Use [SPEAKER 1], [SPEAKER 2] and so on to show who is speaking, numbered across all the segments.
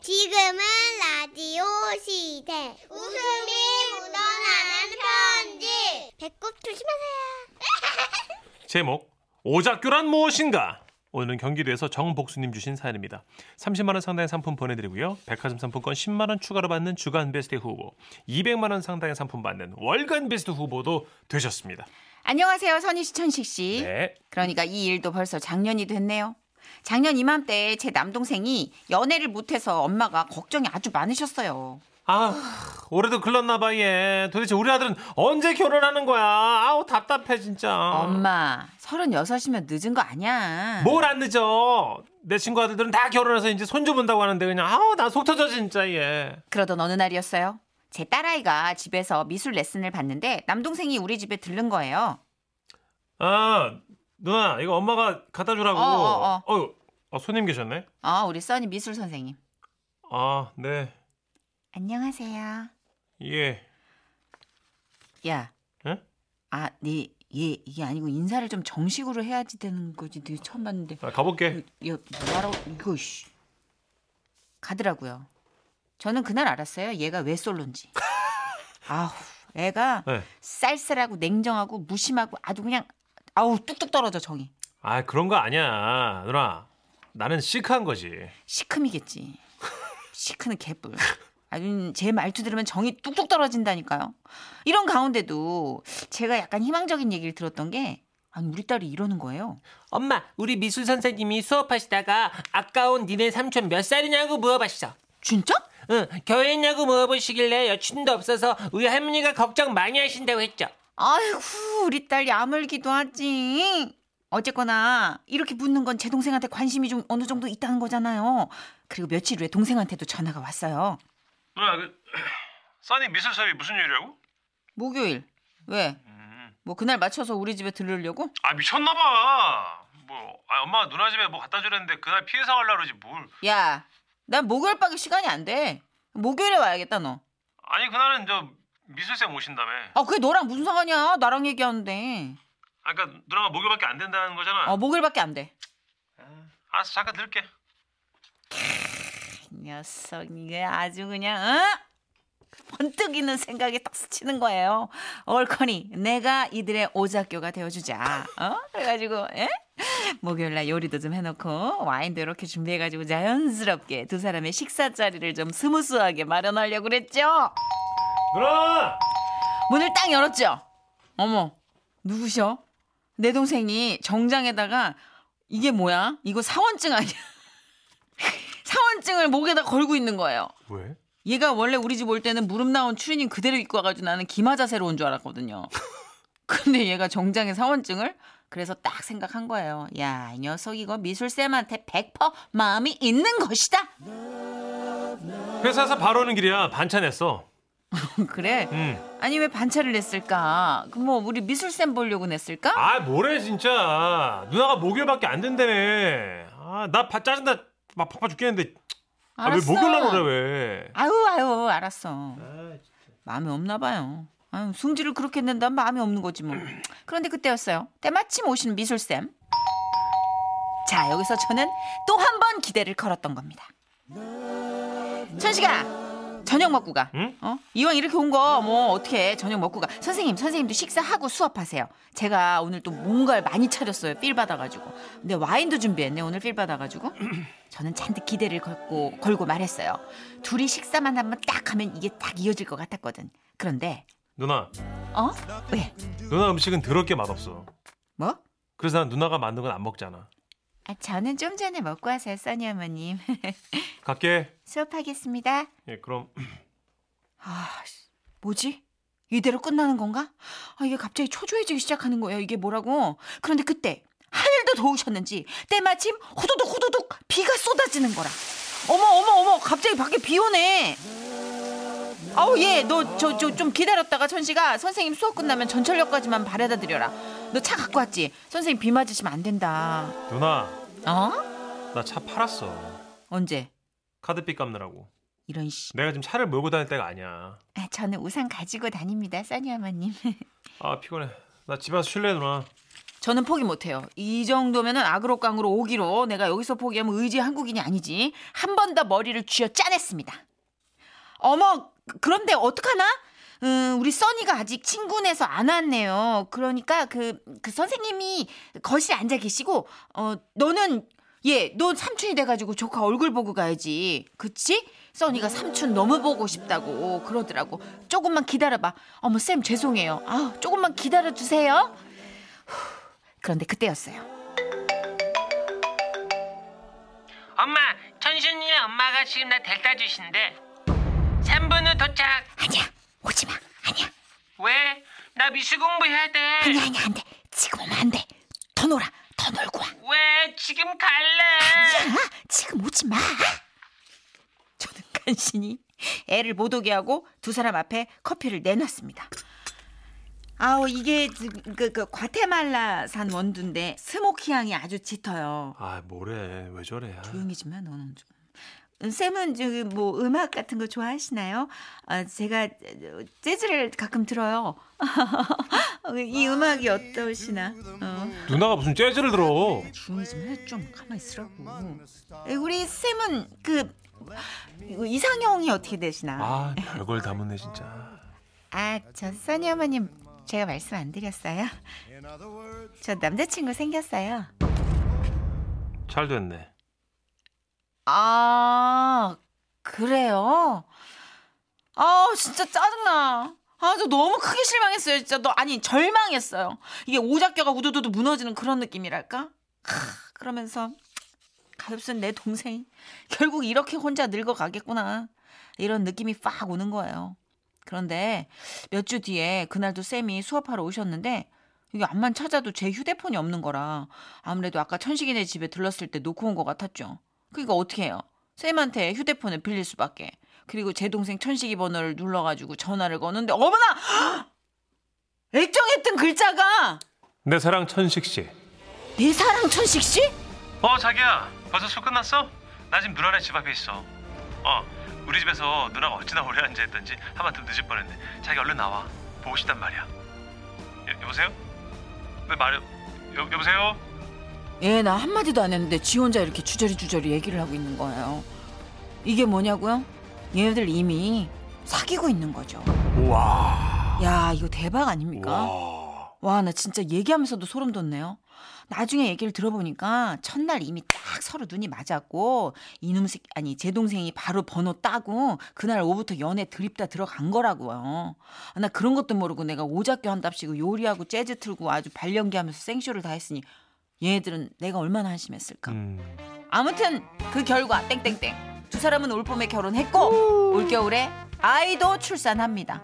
[SPEAKER 1] 지금은 라디오 시대. 웃음이 묻어나는 편지. 배꼽 조심하세요.
[SPEAKER 2] 제목 오작교란 무엇인가? 오늘은 경기도에서 정복수님 주신 사연입니다. 30만 원 상당의 상품 보내드리고요. 백화점 상품권 10만 원 추가로 받는 주간 베스트 후보, 200만 원 상당의 상품 받는 월간 베스트 후보도 되셨습니다.
[SPEAKER 3] 안녕하세요, 선희 씨, 천식 씨.
[SPEAKER 2] 네,
[SPEAKER 3] 그러니까 이 일도 벌써 작년이 됐네요. 작년 이맘때 제 남동생이 연애를 못해서 엄마가 걱정이 아주 많으셨어요.
[SPEAKER 2] 아 올해도 글렀나 봐 얘. 도대체 우리 아들은 언제 결혼하는 거야? 아우 답답해 진짜.
[SPEAKER 3] 엄마, 36이면 늦은 거 아니야.
[SPEAKER 2] 뭘 안 늦어? 내 친구 아들들은 다 결혼해서 이제 손주 본다고 하는데 그냥 아우 나 속 터져 진짜 얘.
[SPEAKER 3] 그러던 어느 날이었어요. 제 딸아이가 집에서 미술 레슨을 받는데 남동생이 우리 집에 들른 거예요.
[SPEAKER 2] 아 누나 이거 엄마가 갖다 주라고.
[SPEAKER 3] 어, 어,
[SPEAKER 2] 어휴, 아, 손님 계셨네.
[SPEAKER 3] 아, 우리 써니 미술 선생님.
[SPEAKER 2] 아 네.
[SPEAKER 3] 안녕하세요.
[SPEAKER 2] 예.
[SPEAKER 3] 야.
[SPEAKER 2] 응?
[SPEAKER 3] 아, 네, 예, 이게 아니고 인사를 좀 정식으로 해야지 되는 거지. 네, 처음 봤는데.
[SPEAKER 2] 아, 가볼게.
[SPEAKER 3] 야, 뭐하라고 이거 씨. 가더라고요. 저는 그날 알았어요. 얘가 왜 솔로인지. 아우, 애가
[SPEAKER 2] 네.
[SPEAKER 3] 쌀쌀하고 냉정하고 무심하고 아주 그냥 아우 뚝뚝 떨어져 정이.
[SPEAKER 2] 아 그런 거 아니야 누나. 나는 시크한 거지.
[SPEAKER 3] 시큼이겠지. 시크는 개뿔. 아주 제 말투 들으면 정이 뚝뚝 떨어진다니까요. 이런 가운데도 제가 약간 희망적인 얘기를 들었던 게 아니 우리 딸이 이러는 거예요.
[SPEAKER 4] 엄마, 우리 미술 선생님이 수업하시다가 아까운 니네 삼촌 몇 살이냐고 물어봤어.
[SPEAKER 3] 진짜?
[SPEAKER 4] 응, 결혼했냐고 물어보시길래 여친도 없어서 우리 할머니가 걱정 많이 하신다고 했죠.
[SPEAKER 3] 아이고 우리 딸 야물기도 하지. 어쨌거나 이렇게 묻는 건 제 동생한테 관심이 좀 어느 정도 있다는 거잖아요. 그리고 며칠 후에 동생한테도 전화가 왔어요.
[SPEAKER 2] 누나 그 써니 미술 수업이 무슨 요일이라고?
[SPEAKER 3] 목요일 왜? 뭐 그날 맞춰서 우리 집에 들르려고?
[SPEAKER 2] 아 미쳤나 봐. 뭐 아, 엄마가 누나 집에 뭐 갖다 주랬는데 그날 피해서 하려고 그러지 뭘.
[SPEAKER 3] 야, 난 목요일 밖에 시간이 안 돼. 목요일에 와야겠다 너.
[SPEAKER 2] 아니 그날은 저 미술쌤 오신다며.
[SPEAKER 3] 아 그게 너랑 무슨 상관이야? 나랑 얘기하는데.
[SPEAKER 2] 아 그러니까 누나가 목요일밖에 안 된다는 거잖아.
[SPEAKER 3] 어 목요일밖에 안 돼.
[SPEAKER 2] 알았어 잠깐 들게.
[SPEAKER 3] 이 녀석 이게 아주 그냥 어? 번뜩이는 생각에 딱 스치는 거예요. 얼커니 내가 이들의 오작교가 되어주자. 어? 그래가지고 예? 목요일날 요리도 좀 해놓고 와인도 이렇게 준비해가지고 자연스럽게 두 사람의 식사 자리를 좀 스무스하게 마련하려고 그랬죠.
[SPEAKER 2] 누나.
[SPEAKER 3] 문을 딱 열었죠. 어머, 누구셔? 내 동생이 정장에다가 이게 뭐야? 이거 사원증 아니야? 사원증을 목에다 걸고 있는 거예요.
[SPEAKER 2] 왜?
[SPEAKER 3] 얘가 원래 우리 집 올 때는 무릎 나온 추리닝 그대로 입고 와가지고 나는 기마 자세로 온 줄 알았거든요. 근데 얘가 정장에 사원증을 그래서 딱 생각한 거예요. 야, 이 녀석 이거 미술쌤한테 100% 마음이 있는 것이다.
[SPEAKER 2] 회사에서 바로 오는 길이야. 반찬했어.
[SPEAKER 3] 그래.
[SPEAKER 2] 음.
[SPEAKER 3] 아니 왜 반차를 냈을까? 그 뭐 우리 미술쌤 보려고 냈을까?
[SPEAKER 2] 아 뭐래 진짜. 누나가 목요일밖에 안 된다며. 아나 짜증나. 막 바빠 죽겠는데. 아, 왜
[SPEAKER 3] 알았어.
[SPEAKER 2] 목요일 날 오래 왜?
[SPEAKER 3] 아유 아유 알았어. 마음이 없나 봐요. 아유, 승질을 그렇게 낸다면 마음이 없는 거지 뭐. 그런데 그때였어요. 때마침 오신 미술쌤. 자 여기서 저는 또 한 번 기대를 걸었던 겁니다. 천식아 저녁 먹고 가.
[SPEAKER 2] 응?
[SPEAKER 3] 어? 이왕 이렇게 온 거 뭐 어떻게 저녁 먹고 가. 선생님 선생님도 식사하고 수업하세요. 제가 오늘 또 뭔가를 많이 차렸어요. 필 받아가지고. 근데 와인도 준비했네 오늘 필 받아가지고. 저는 잔뜩 기대를 걸고, 걸고 말했어요. 둘이 식사만 한번 딱 하면 이게 딱 이어질 것 같았거든. 그런데
[SPEAKER 2] 누나
[SPEAKER 3] 어? 왜?
[SPEAKER 2] 누나 음식은 더럽게 맛없어.
[SPEAKER 3] 뭐?
[SPEAKER 2] 그래서 난 누나가 만든 건 안 먹잖아.
[SPEAKER 3] 아, 저는 좀 전에 먹고 와서요, 써니 어머님.
[SPEAKER 2] 갈게.
[SPEAKER 3] 수업하겠습니다.
[SPEAKER 2] 예 그럼.
[SPEAKER 3] 아, 씨, 뭐지? 이대로 끝나는 건가? 아, 이게 갑자기 초조해지기 시작하는 거예요. 이게 뭐라고? 그런데 그때 하늘도 도우셨는지 때마침 호도독 호도독 비가 쏟아지는 거라. 어머 어머 어머 갑자기 밖에 비 오네. 아우 얘 너 저 저 좀 기다렸다가 천식아 선생님 수업 끝나면 전철역까지만 바래다 드려라. 너 차 갖고 왔지? 선생님 비 맞으시면 안 된다.
[SPEAKER 2] 누나
[SPEAKER 3] 어?
[SPEAKER 2] 나 차 팔았어.
[SPEAKER 3] 언제?
[SPEAKER 2] 카드빚 갚느라고.
[SPEAKER 3] 이런 씨.
[SPEAKER 2] 내가 지금 차를 몰고 다닐 때가 아니야.
[SPEAKER 3] 아, 저는 우산 가지고 다닙니다, 써니 어머님.
[SPEAKER 2] 아 피곤해. 나 집에서 쉴래 누나.
[SPEAKER 3] 저는 포기 못해요. 이 정도면은 아그로깡으로 오기로 내가 여기서 포기하면 의지 한국인이 아니지. 한 번 더 머리를 쥐어 짜냈습니다. 어머, 그런데 어떡하나? 음, 우리 써니가 아직 친구네서 안 왔네요. 그러니까 그, 그 선생님이 거실에 앉아 계시고, 어, 너는, 예, 너 삼촌이 돼가지고 조카 얼굴 보고 가야지. 그치? 써니가 삼촌 너무 보고 싶다고 그러더라고. 조금만 기다려봐. 어머, 쌤 죄송해요. 아 조금만 기다려주세요. 그런데 그때였어요.
[SPEAKER 4] 엄마, 천순이 엄마가 지금 나 델타 주신데 3분 후 도착.
[SPEAKER 1] 아니야, 오지 마. 아니야,
[SPEAKER 4] 왜? 나 미술 공부해야 돼.
[SPEAKER 1] 아니야, 아니야, 안 돼. 지금 오면 안 돼. 더 놀아, 더 놀고 와.
[SPEAKER 3] 어?
[SPEAKER 4] 왜? 지금 갈래.
[SPEAKER 1] 야, 지금 오지 마.
[SPEAKER 3] 저는 간신히 애를 못 오게 하고 두 사람 앞에 커피를 내놨습니다. 아우 이게 그, 그, 그 과테말라산 원두인데 스모키 향이 아주 짙어요.
[SPEAKER 2] 아 뭐래 왜 저래? 아,
[SPEAKER 3] 조용히 좀 해, 너는 좀. 음, 쌤은 저기 뭐 음악 같은 거 좋아하시나요? 아, 제가 재즈를 가끔 들어요. 이 음악이 어떠시나? 어.
[SPEAKER 2] 누나가 무슨 재즈를 들어?
[SPEAKER 3] 조용히 좀 해, 좀 가만히 있으라고. 에, 우리 쌤은 그 이거 이상형이 어떻게 되시나?
[SPEAKER 2] 아 별걸 다 묻네 진짜.
[SPEAKER 3] 아, 저 써니 어머님 제가 말씀 안 드렸어요. 저 남자친구 생겼어요.
[SPEAKER 2] 잘 됐네.
[SPEAKER 3] 아, 그래요? 아, 진짜 짜증나. 아, 저 너무 크게 실망했어요, 진짜. 너, 아니, 절망했어요. 이게 오작교가 우두두두 무너지는 그런 느낌이랄까? 크, 그러면서, 가엾은 내 동생이 결국 이렇게 혼자 늙어가겠구나. 이런 느낌이 팍 오는 거예요. 그런데 몇 주 뒤에 그날도 쌤이 수업하러 오셨는데 이게 암만 찾아도 제 휴대폰이 없는 거라 아무래도 아까 천식이네 집에 들렀을 때 놓고 온 것 같았죠. 그러니까 어떻게 해요? 쌤한테 휴대폰을 빌릴 수밖에. 그리고 제 동생 천식이 번호를 눌러가지고 전화를 거는데 어머나! 액정했던 글자가
[SPEAKER 2] 내 사랑 천식 씨.
[SPEAKER 3] 내 사랑 천식 씨?
[SPEAKER 2] 어 자기야 벌써 술 끝났어? 나 지금 누나네 집 앞에 있어. 어 우리 집에서 누나가 어찌나 오래 앉아 있던지 한마음 늦을 뻔했네. 자기 얼른 나와 보고 싶단 말이야. 여, 보세요왜 말해? 여, 여보세요?
[SPEAKER 3] 예, 나 한마디도 안 했는데 지 혼자 이렇게 주저리주저리 얘기를 하고 있는 거예요. 이게 뭐냐고요? 얘네들 이미 사귀고 있는 거죠.
[SPEAKER 2] 와.
[SPEAKER 3] 야, 이거 대박 아닙니까?
[SPEAKER 2] 와.
[SPEAKER 3] 와, 나 진짜 얘기하면서도 소름 돋네요. 나중에 얘기를 들어보니까 첫날 이미 딱 서로 눈이 맞았고 이놈 새 아니 제 동생이 바로 번호 따고 그날 오후부터 연애 드립다 들어간 거라고요. 아, 나 그런 것도 모르고 내가 오작교 한답시고 요리하고 재즈 틀고 아주 발연기하면서 생쇼를 다 했으니 얘들은 내가 얼마나 한심했을까.
[SPEAKER 2] 음.
[SPEAKER 3] 아무튼 그 결과 땡땡땡 두 사람은 올 봄에 결혼했고 올 겨울에 아이도 출산합니다.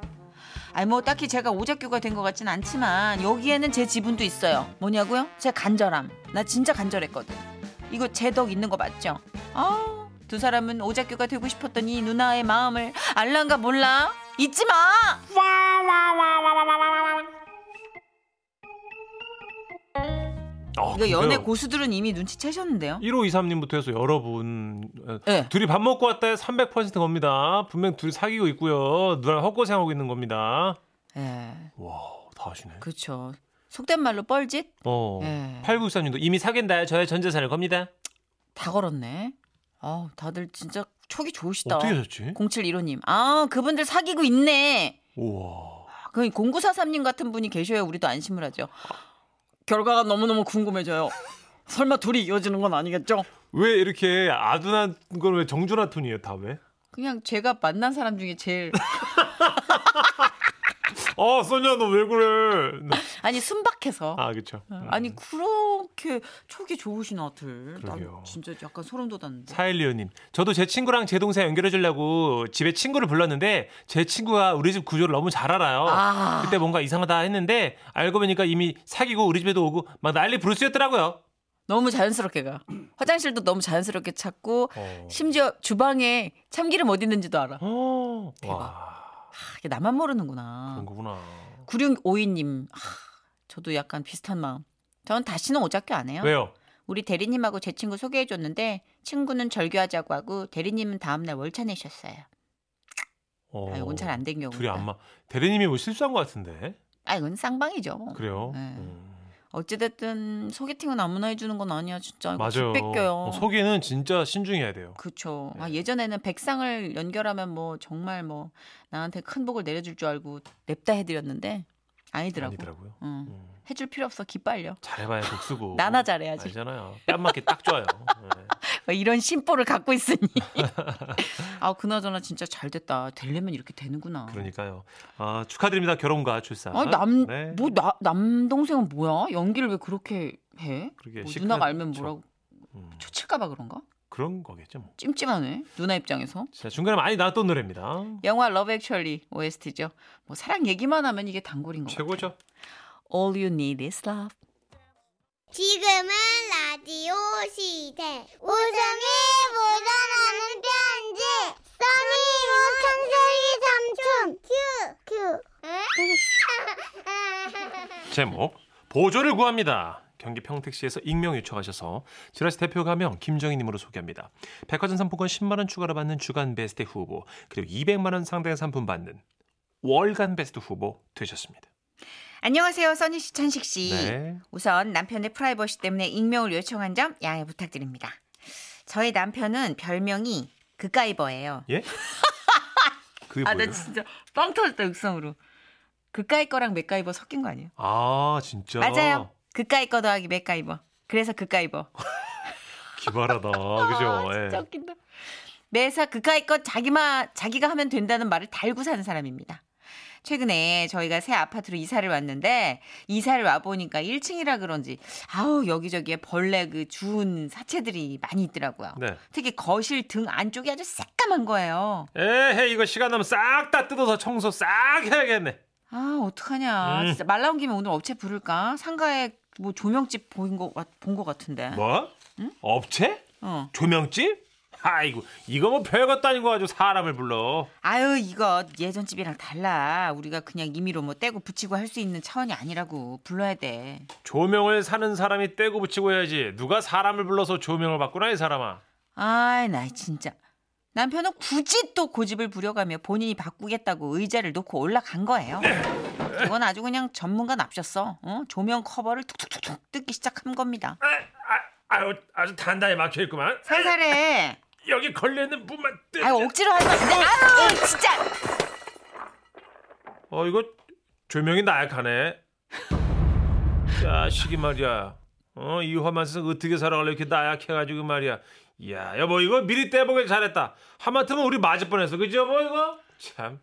[SPEAKER 3] 아니 뭐 딱히 제가 오작교가 된 것 같진 않지만 여기에는 제 지분도 있어요. 뭐냐고요? 제 간절함. 나 진짜 간절했거든. 이거 제 덕 있는 거 맞죠? 아, 두 사람은 오작교가 되고 싶었던 이 누나의 마음을 알란가 몰라 잊지 마.
[SPEAKER 2] 어,
[SPEAKER 3] 이거 연애 고수들은 이미 눈치채셨는데요.
[SPEAKER 2] 1523님부터 해서 여러분 어,
[SPEAKER 3] 네.
[SPEAKER 2] 둘이 밥 먹고 왔다에 300% 겁니다. 분명 둘이 사귀고 있고요. 누나랑 헛고생하고 있는 겁니다.
[SPEAKER 3] 예,
[SPEAKER 2] 와, 다 아시네.
[SPEAKER 3] 그렇죠. 속된 말로 뻘짓
[SPEAKER 2] 어.
[SPEAKER 3] 예.
[SPEAKER 2] 8963님도 이미 사귄다. 저의 전 재산을 겁니다.
[SPEAKER 3] 다 걸었네. 아, 다들 진짜 촉이 좋으시다.
[SPEAKER 2] 어떻게 됐지?
[SPEAKER 3] 0715님. 아, 그분들 사귀고 있네.
[SPEAKER 2] 우와.
[SPEAKER 3] 아, 그 0943님 같은 분이 계셔야 우리도 안심을 하죠. 결과가 너무너무 궁금해져요. 설마 둘이 이어지는 건 아니겠죠?
[SPEAKER 2] 왜 이렇게 아둔한 걸 왜 정준하 톤이에요, 다 왜?
[SPEAKER 3] 그냥 제가 만난 사람 중에 제일
[SPEAKER 2] 아, 소녀 너 왜 그래? 네.
[SPEAKER 3] 아니 순박해서
[SPEAKER 2] 아, 그렇죠.
[SPEAKER 3] 아니 그렇게 촉이 좋으시나 둘. 나
[SPEAKER 2] 그러게요.
[SPEAKER 3] 진짜 약간 소름 돋았는데.
[SPEAKER 2] 사일리오님, 저도 제 친구랑 제 동생 연결해 주려고 집에 친구를 불렀는데 제 친구가 우리 집 구조를 너무 잘 알아요.
[SPEAKER 3] 아.
[SPEAKER 2] 어, 그때 뭔가 이상하다 했는데 알고 보니까 이미 사귀고 우리 집에도 오고 막 난리 부르스였더라고요.
[SPEAKER 3] 너무 자연스럽게 가. 화장실도 너무 자연스럽게 찾고
[SPEAKER 2] 어.
[SPEAKER 3] 심지어 주방에 참기름 어디 있는지도 알아.
[SPEAKER 2] 어.
[SPEAKER 3] 대박.
[SPEAKER 2] 와,
[SPEAKER 3] 아, 이게 나만 모르는구나.
[SPEAKER 2] 그런 거구나.
[SPEAKER 3] 9652님. 아, 저도 약간 비슷한 마음. 전 다시는 오작교 안 해요.
[SPEAKER 2] 왜요?
[SPEAKER 3] 우리 대리님하고 제 친구 소개해줬는데 친구는 절교하자고 하고 대리님은 다음날 월차 내셨어요.
[SPEAKER 2] 어.
[SPEAKER 3] 아, 이건 잘 안 된 경우.
[SPEAKER 2] 둘이 안마 대리님이 뭐 실수한 것 같은데
[SPEAKER 3] 아, 이건 쌍방이죠.
[SPEAKER 2] 그래요.
[SPEAKER 3] 네.
[SPEAKER 2] 음.
[SPEAKER 3] 어찌됐든 소개팅은 아무나 해주는 건 아니야 그 진짜. 이거
[SPEAKER 2] 맞아요.
[SPEAKER 3] 집 뺏겨요.
[SPEAKER 2] 어, 소개는 네. 진짜 신중해야 돼요.
[SPEAKER 3] 그쵸. 아, 예전에는 백상을 연결하면 뭐 정말 뭐 나한테 큰 복을 내려줄 줄 알고 냅다 해드렸는데 아니더라고.
[SPEAKER 2] 아니더라고요.
[SPEAKER 3] 응.
[SPEAKER 2] 음,
[SPEAKER 3] 해줄 필요 없어 기빨려.
[SPEAKER 2] 잘해봐야 복수고.
[SPEAKER 3] 나나 잘해야지.
[SPEAKER 2] 알잖아요. 뺨 맞기 딱 좋아요. 네.
[SPEAKER 3] 뭐 이런 심보를 갖고 있으니. 아 그나저나 진짜 잘 됐다. 되려면 이렇게 되는구나.
[SPEAKER 2] 그러니까요. 아, 축하드립니다. 결혼과 출산.
[SPEAKER 3] 아니 남뭐
[SPEAKER 2] 네.
[SPEAKER 3] 나 남동생은 뭐야? 연기를 왜 그렇게 해?
[SPEAKER 2] 그러게
[SPEAKER 3] 뭐
[SPEAKER 2] 시크한
[SPEAKER 3] 누나가 알면
[SPEAKER 2] 척.
[SPEAKER 3] 뭐라고
[SPEAKER 2] 음,
[SPEAKER 3] 초칠까봐 그런가?
[SPEAKER 2] 그런 거겠죠. 뭐.
[SPEAKER 3] 찜찜하네. 누나 입장에서.
[SPEAKER 2] 자, 중간에 많이 나왔던 노래입니다.
[SPEAKER 3] 영화 러브 액츄얼리 OST죠. 뭐 사랑 얘기만 하면 이게 단골인 것
[SPEAKER 2] 최고죠.
[SPEAKER 3] 같아요. All you need is love.
[SPEAKER 5] 지금은 라디오 시대. 웃음이 묻어나는 편지. 써니 우천세기 삼촌. 큐. 큐.
[SPEAKER 2] 제목 보조를 구합니다. 경기 평택시에서 익명 요청하셔서 지라시 대표 가명 김정희님으로 소개합니다. 백화점 상품권 10만 원 추가로 받는 주간 베스트 후보 그리고 200만 원 상당의 상품 받는 월간 베스트 후보 되셨습니다.
[SPEAKER 3] 안녕하세요. 써니 씨, 천식 씨.
[SPEAKER 2] 네.
[SPEAKER 3] 우선 남편의 프라이버시 때문에 익명을 요청한 점 양해 부탁드립니다. 저희 남편은 별명이 그까이버예요.
[SPEAKER 2] 예? 그게
[SPEAKER 3] 아, 나
[SPEAKER 2] 뭐예요?
[SPEAKER 3] 진짜 빵 터졌다, 육성으로. 그까이 거랑 맥가이버 섞인 거 아니에요?
[SPEAKER 2] 아 진짜
[SPEAKER 3] 맞아요. 그까이 거 더하기 맥가이버. 그래서 그까이버.
[SPEAKER 2] 기발하다 그죠? 예.
[SPEAKER 3] 아, 진짜 웃긴다. 매사 그까이 것 자기만 자기가 하면 된다는 말을 달고 사는 사람입니다. 최근에 저희가 새 아파트로 이사를 왔는데 이사를 와 보니까 1층이라 그런지 아우 여기저기에 벌레 그 주운 사체들이 많이 있더라고요.
[SPEAKER 2] 네.
[SPEAKER 3] 특히 거실 등 안쪽이 아주 새까만 거예요.
[SPEAKER 2] 에헤 이거 시간 나면 싹 다 뜯어서 청소 싹 해야겠네.
[SPEAKER 3] 아 어떡하냐.
[SPEAKER 2] 음.
[SPEAKER 3] 진짜 말 나온 김에 오늘 업체 부를까? 상가에 뭐 조명집 보인 거본거 같은데.
[SPEAKER 2] 뭐? 업체?
[SPEAKER 3] 어.
[SPEAKER 2] 조명집? 아이고 이거 뭐 별것도 아닌 거 가지고 사람을 불러.
[SPEAKER 3] 아유 이거 예전 집이랑 달라 우리가 그냥 임의로 뭐 떼고 붙이고 할 수 있는 차원이 아니라고 불러야 돼
[SPEAKER 2] 조명을 사는 사람이 떼고 붙이고 해야지 누가 사람을 불러서 조명을 받구나 이 사람아
[SPEAKER 3] 아이 나 진짜 남편은 굳이 또 고집을 부려가며 본인이 바꾸겠다고 의자를 놓고 올라간 거예요 그건 아주 그냥 전문가 납셨어 어? 조명 커버를 툭툭툭툭 뜯기 시작한 겁니다
[SPEAKER 2] 아, 유 아주 단단히 막혀있구만
[SPEAKER 3] 살살해
[SPEAKER 2] 여기 걸려있는 분만 떼
[SPEAKER 3] 아유 어. 억지로 네. 하면 안 돼. 아유 진짜
[SPEAKER 2] 어 이거 조명이 나약하네 자식이 말이야 어 이 험한세 어떻게 살아가려 이렇게 나약해가지고 말이야 야 여보 이거 미리 떼보길 잘했다 하마터면 우리 맞을 뻔했어 그지 여보 이거 참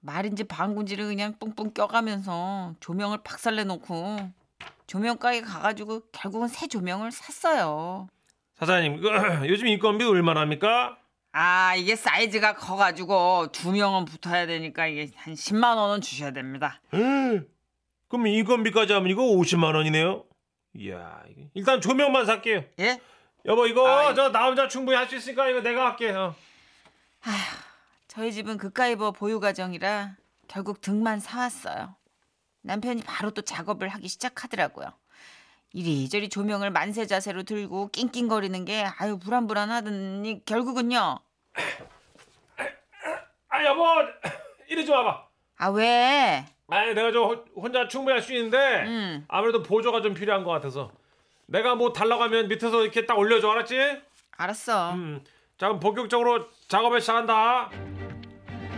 [SPEAKER 3] 말인지 방군지를 그냥 뿡뿡 껴가면서 조명을 박살내 놓고 조명가게 가가지고 결국은 새 조명을 샀어요.
[SPEAKER 2] 사장님 그, 요즘 인건비 얼마나 합니까?
[SPEAKER 3] 아 이게 사이즈가 커가지고 두 명은 붙어야 되니까 이게 한 10만 원은 주셔야 됩니다.
[SPEAKER 2] 에이, 그럼 인건비까지 하면 이거 50만 원이네요. 이야, 이게- 일단 조명만 살게요.
[SPEAKER 3] 예?
[SPEAKER 2] 여보 이거
[SPEAKER 3] 아, 예.
[SPEAKER 2] 저 나 혼자 충분히 할 수 있으니까 이거 내가 할게요. 어.
[SPEAKER 3] 저희 집은 극가이버 보유 가정이라 결국 등만 사왔어요. 남편이 바로 또 작업을 하기 시작하더라고요. 이리저리 조명을 만세 자세로 들고 낑낑거리는 게 아유 불안불안하더니 결국은요.
[SPEAKER 2] 아 여보 이리 좀 와봐.
[SPEAKER 3] 아 왜?
[SPEAKER 2] 아니 내가 저 혼- 혼자 충분히 할 수 있는데
[SPEAKER 3] 음.
[SPEAKER 2] 아무래도 보조가 좀 필요한 것 같아서 내가 뭐 달라고 하면 밑에서 이렇게 딱 올려줘 알았지?
[SPEAKER 3] 알았어.
[SPEAKER 2] 음, 자 그럼 본격적으로 작업을 시작한다.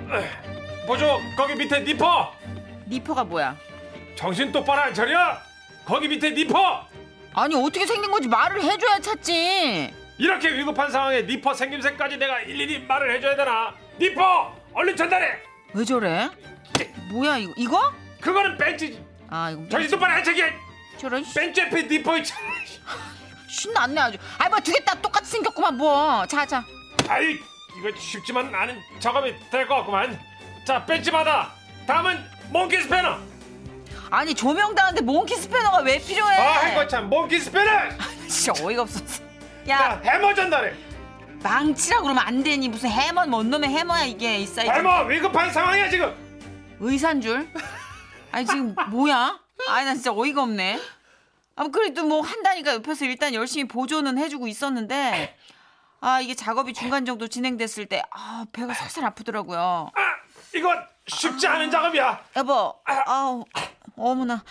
[SPEAKER 2] 보조 거기 밑에 니퍼
[SPEAKER 3] 니퍼가 뭐야?
[SPEAKER 2] 정신 똑바로 안 차려? 거기 밑에 니퍼
[SPEAKER 3] 아니 어떻게 생긴 건지 말을 해줘야 찾지.
[SPEAKER 2] 이렇게 위급한 상황에 니퍼 생김새까지 내가 일일이 말을 해줘야 되나? 니퍼 얼른 전달해.
[SPEAKER 3] 왜 저래? 뭐야 이거? 이거?
[SPEAKER 2] 그거는 벤치
[SPEAKER 3] 아 이거
[SPEAKER 2] 정신 똑바로 안 차게.
[SPEAKER 3] 저런
[SPEAKER 2] 벤치 앞에 니퍼 있잖아.
[SPEAKER 3] 신났네 아주. 아이 뭐 두겠다 똑같이 생겼구만 뭐. 자자.
[SPEAKER 2] 아이 이거 쉽지만 않은 작업이 될 것 같구만. 자 벤치 받아. 다음은 몽키 스패너.
[SPEAKER 3] 아니 조명 다는데 몽키 스패너가 왜 필요해?
[SPEAKER 2] 아이고 참 몽키 스패너.
[SPEAKER 3] 진짜 어이가 없었어.
[SPEAKER 2] 자
[SPEAKER 3] 야
[SPEAKER 2] 해머 전달해.
[SPEAKER 3] 망치라 그러면 안 되니 무슨 해머 뭔 놈의 해머야 이게 이 사이즈.
[SPEAKER 2] 해머 위급한 상황이야 지금.
[SPEAKER 3] 의사인 줄? 아니 지금 뭐야? 아니 나 진짜 어이가 없네. 아 그래도 뭐 한다니까 옆에서 일단 열심히 보조는 해주고 있었는데 아 이게 작업이 중간 정도 진행됐을 때 아 배가 살살 아프더라고요.
[SPEAKER 2] 아 이건 쉽지 않은 작업이야.
[SPEAKER 3] 여보, 아우 어머나.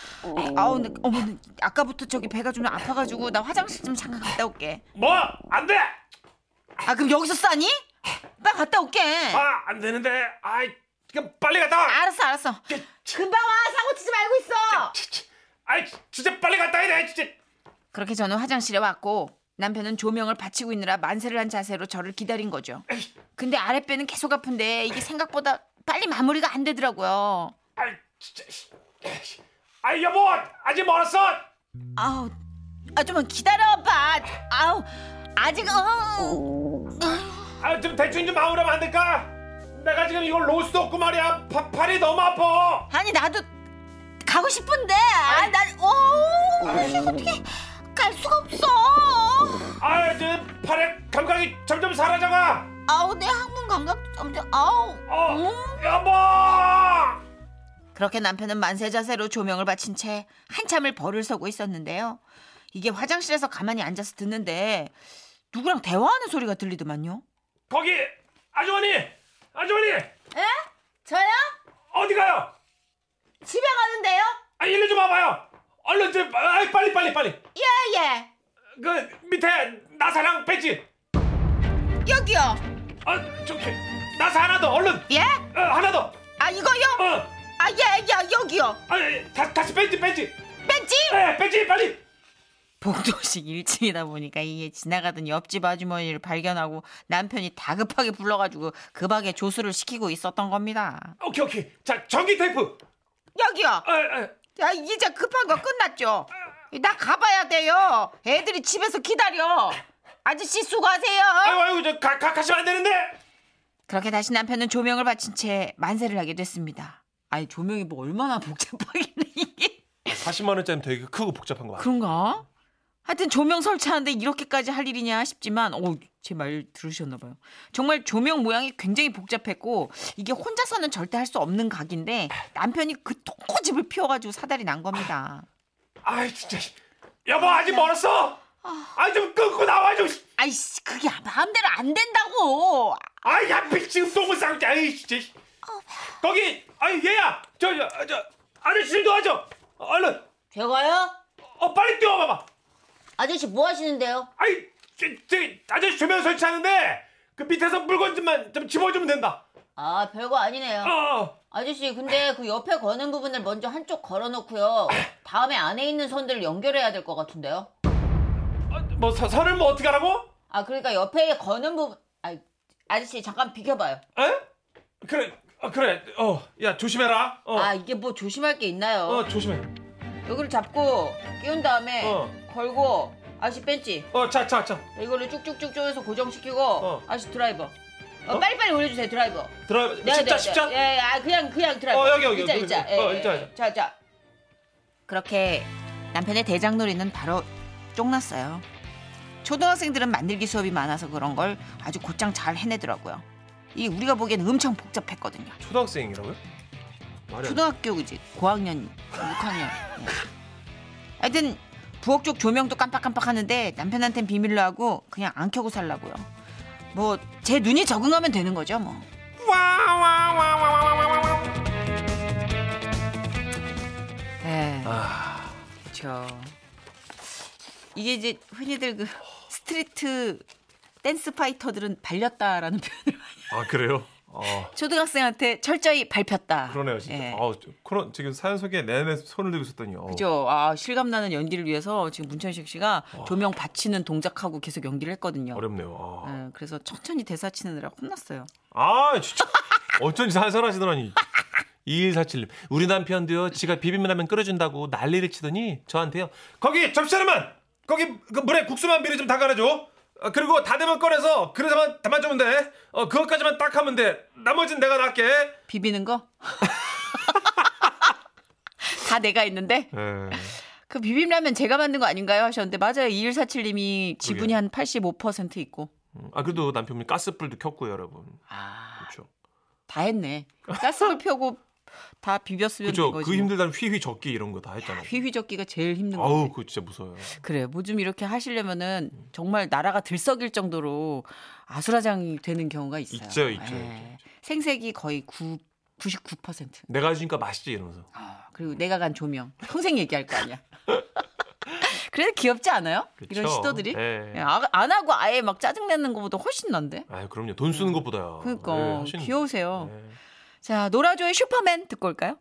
[SPEAKER 3] 아우, 나, 어머나. 아까부터 저기 배가 좀 아파가지고 나 화장실 좀 잠깐 갔다 올게.
[SPEAKER 2] 뭐? 안 돼!
[SPEAKER 3] 아, 그럼 여기서 싸니? 빨리 갔다 올게.
[SPEAKER 2] 아, 안 되는데. 아이, 그냥 빨리 갔다 와.
[SPEAKER 3] 알았어, 알았어. 금방 와. 사고 치지 말고 있어.
[SPEAKER 2] 아이, 진짜 빨리 갔다 와야 돼. 진짜.
[SPEAKER 3] 그렇게 저는 화장실에 왔고 남편은 조명을 받치고 있느라 만세를 한 자세로 저를 기다린 거죠. 근데 아랫배는 계속 아픈데 이게 생각보다 빨리 마무리가 안 되더라고요.
[SPEAKER 2] 아이, 진짜. 아이, 여보. 아직 멀었어.
[SPEAKER 3] 아우, 아 좀만 기다려봐. 아우, 아직 어.
[SPEAKER 2] 아, 좀 대충 좀 마무리하면 안 될까? 내가 지금 이걸 놓을 수도 없고 말이야. 파- 팔이 너무 아파.
[SPEAKER 3] 아니 나도 가고 싶은데. 아, 난 오, 어떻게 갈 수가 없어.
[SPEAKER 2] 아, 이제 팔에 감각이 점점 사라져가.
[SPEAKER 3] 아우 내 항문 감각 점점 아우.
[SPEAKER 2] 어,
[SPEAKER 3] 음.
[SPEAKER 2] 여보.
[SPEAKER 3] 그렇게 남편은 만세 자세로 조명을 받친 채 한참을 벌을 서고 있었는데요. 이게 화장실에서 가만히 앉아서 듣는데 누구랑 대화하는 소리가 들리더만요.
[SPEAKER 2] 거기 아주머니, 아주머니
[SPEAKER 3] 저요?
[SPEAKER 2] 어디 가요?
[SPEAKER 3] 집에 가는데요?
[SPEAKER 2] 아, 일로 좀 와봐요. 얼른 좀, 아, 빨리 빨리 빨리.
[SPEAKER 3] 예, 예.
[SPEAKER 2] 그 밑에 나사랑 배지.
[SPEAKER 3] 여기요.
[SPEAKER 2] 아, 저기 나사 하나 더. 얼른.
[SPEAKER 3] 예?
[SPEAKER 2] 어, 하나 더.
[SPEAKER 3] 아, 이거요?
[SPEAKER 2] 어,
[SPEAKER 3] 아, 예, 예, 여기요.
[SPEAKER 2] 아, 다, 다시 배지 배지.
[SPEAKER 3] 뺀지?
[SPEAKER 2] 에, 배지 네, 빨리.
[SPEAKER 3] 복도식 1층이다 보니까 이게 지나가던 옆집 아주머니를 발견하고 남편이 다급하게 불러가지고 급하게 조수를 시키고 있었던 겁니다.
[SPEAKER 2] 오케이 오케이. 자, 전기 테이프.
[SPEAKER 3] 여기요.
[SPEAKER 2] 아, 아.
[SPEAKER 3] 야 이제 급한 거 끝났죠? 나 가봐야 돼요. 애들이 집에서 기다려. 아저씨 수고하세요.
[SPEAKER 2] 아이고 아이고 저 가, 가, 가시면 안 되는데
[SPEAKER 3] 그렇게 다시 남편은 조명을 받친 채 만세를 하게 됐습니다. 아니 조명이 뭐 얼마나 복잡하길래 이게
[SPEAKER 2] 40만 원짜리 되게 크고 복잡한 거 같아
[SPEAKER 3] 그런가? 하여튼 조명 설치하는데 이렇게까지 할 일이냐 싶지만 오 제 말 들으셨나 봐요. 정말 조명 모양이 굉장히 복잡했고 이게 혼자서는 절대 할 수 없는 각인데 남편이 그 토코집을 피워가지고 사달이 난 겁니다.
[SPEAKER 2] 아이 진짜 여보 아직 멀었어 아이 좀 끊고 나와 좀
[SPEAKER 3] 아이씨 그게 마음대로 안 된다고.
[SPEAKER 2] 아이 하필 지금 똥을 싸우지 아이 진짜 어, 거기 아이 얘야 저저 저, 아저씨 좀 도와줘 어, 얼른
[SPEAKER 6] 제가요?
[SPEAKER 2] 어 빨리 뛰어와봐
[SPEAKER 6] 아저씨 뭐 하시는데요?
[SPEAKER 2] 아이 저, 저 아저씨 조명 설치하는데 그 밑에서 물건 좀만 좀 집어주면 된다
[SPEAKER 6] 아 별거 아니네요.
[SPEAKER 2] 어
[SPEAKER 6] 아저씨 근데 그 옆에 거는 부분을 먼저 한쪽 걸어놓고요. 다음에 안에 있는 선들을 연결해야 될 것 같은데요.
[SPEAKER 2] 어, 뭐 서, 선을 뭐 어떻게 하라고
[SPEAKER 6] 아 그러니까 옆에 거는 부분 아, 아저씨 잠깐 비켜봐요.
[SPEAKER 2] 에 그래 어, 그래 어 야 조심해라 어,
[SPEAKER 6] 아 이게 뭐 조심할 게 있나요?
[SPEAKER 2] 어 조심해
[SPEAKER 6] 여기를 잡고 끼운 다음에
[SPEAKER 2] 어.
[SPEAKER 6] 걸고 아저씨 뺀지
[SPEAKER 2] 어자자자
[SPEAKER 6] 이거를 쭉쭉쭉 쪼여서 고정시키고
[SPEAKER 2] 어.
[SPEAKER 6] 아저씨 드라이버 어,
[SPEAKER 2] 어?
[SPEAKER 6] 빨리빨리 올려주세요 드라이버
[SPEAKER 2] 들어
[SPEAKER 3] 네,
[SPEAKER 2] 십자 십자
[SPEAKER 6] 예, 예, 아 그냥 그냥 드라이버
[SPEAKER 2] 어, 여기, 여기,
[SPEAKER 6] 일자
[SPEAKER 2] 여기,
[SPEAKER 6] 일자
[SPEAKER 2] 여기.
[SPEAKER 6] 예,
[SPEAKER 2] 어,
[SPEAKER 6] 예,
[SPEAKER 2] 일자,
[SPEAKER 6] 예.
[SPEAKER 2] 일자.
[SPEAKER 6] 자자
[SPEAKER 3] 그렇게 남편의 대장놀이는 바로 쫑났어요. 초등학생들은 만들기 수업이 많아서 그런 걸 아주 곧장 잘 해내더라고요. 이게 우리가 보기엔 엄청 복잡했거든요.
[SPEAKER 2] 네. 초등학생이라고요? 말이 안 돼.
[SPEAKER 3] 초등학교 그지 고학년 6학년. 하여튼 부엌 쪽 조명도 깜빡깜빡하는데 남편한텐 비밀로 하고 그냥 안 켜고 살라고요. 뭐 제 눈이 적응하면 되는 거죠 뭐. 에. 네. 그렇죠. 이게 이제 흔히들 그 스트리트 댄스 파이터들은 발렸다라는 표현을 많이
[SPEAKER 2] 아 그래요? 어
[SPEAKER 3] 초등학생한테 철저히 밟혔다.
[SPEAKER 2] 그러네요 진짜.
[SPEAKER 3] 예.
[SPEAKER 2] 아 그런 지금 사연 소개 내내 손을 들고 있었더니. 어.
[SPEAKER 3] 그죠. 아, 실감나는 연기를 위해서 지금 문천식 씨가 조명 받치는 동작하고 계속 연기를 했거든요.
[SPEAKER 2] 어렵네요. 아,
[SPEAKER 3] 예, 그래서 천천히 대사 치느라 혼났어요.
[SPEAKER 2] 아 진짜 어쩐지 살살하시더니. 2147님 우리 남편도요 지가 비빔라면 끓여준다고 난리를 치더니 저한테요 거기 접시 하나만 거기 그 물에 국수만 미리 좀 담가놔줘 어, 그리고 다 되면 꺼내서 그릇에만 담아주면 돼어 그것까지만 딱 하면 돼 나머진 내가 낫게
[SPEAKER 3] 비비는 거? 다 내가 있는데? 그 비빔라면 제가 만든 거 아닌가요? 하셨는데 맞아요. 2147님이 지분이 한 85% 있고
[SPEAKER 2] 아 그래도 남편분이 가스불도 켰고요 여러분
[SPEAKER 3] 아,
[SPEAKER 2] 그렇죠
[SPEAKER 3] 다 했네. 가스불 펴고 다 비볐으면
[SPEAKER 2] 그죠
[SPEAKER 3] 된
[SPEAKER 2] 그
[SPEAKER 3] 거지. 뭐.
[SPEAKER 2] 힘들다는 휘휘 적기 이런 거 다 했잖아요.
[SPEAKER 3] 휘휘젓기가 제일 힘든 거.
[SPEAKER 2] 아우 그거 진짜 무서워요.
[SPEAKER 3] 그래 뭐 좀 이렇게 하시려면은 정말 나라가 들썩일 정도로 아수라장이 되는 경우가 있어요.
[SPEAKER 2] 있죠, 있죠,
[SPEAKER 3] 예.
[SPEAKER 2] 있죠, 있죠.
[SPEAKER 3] 생색이 거의 9 99%.
[SPEAKER 2] 내가 해주니까 맛있지 이러면서.
[SPEAKER 3] 아, 그리고 내가 간 조명. 평생 얘기할 거 아니야. 그래도 귀엽지 않아요? 이런
[SPEAKER 2] 그쵸?
[SPEAKER 3] 시도들이?
[SPEAKER 2] 예.
[SPEAKER 3] 예, 아- 안 하고 아예 막 짜증내는 것보다 훨씬 난데?
[SPEAKER 2] 아 그럼요. 돈 쓰는 것보다요.
[SPEAKER 3] 그러니까
[SPEAKER 2] 예, 아, 훨씬-
[SPEAKER 3] 귀여우세요.
[SPEAKER 2] 예.
[SPEAKER 3] 자, 노라조의 슈퍼맨 듣고 올까요?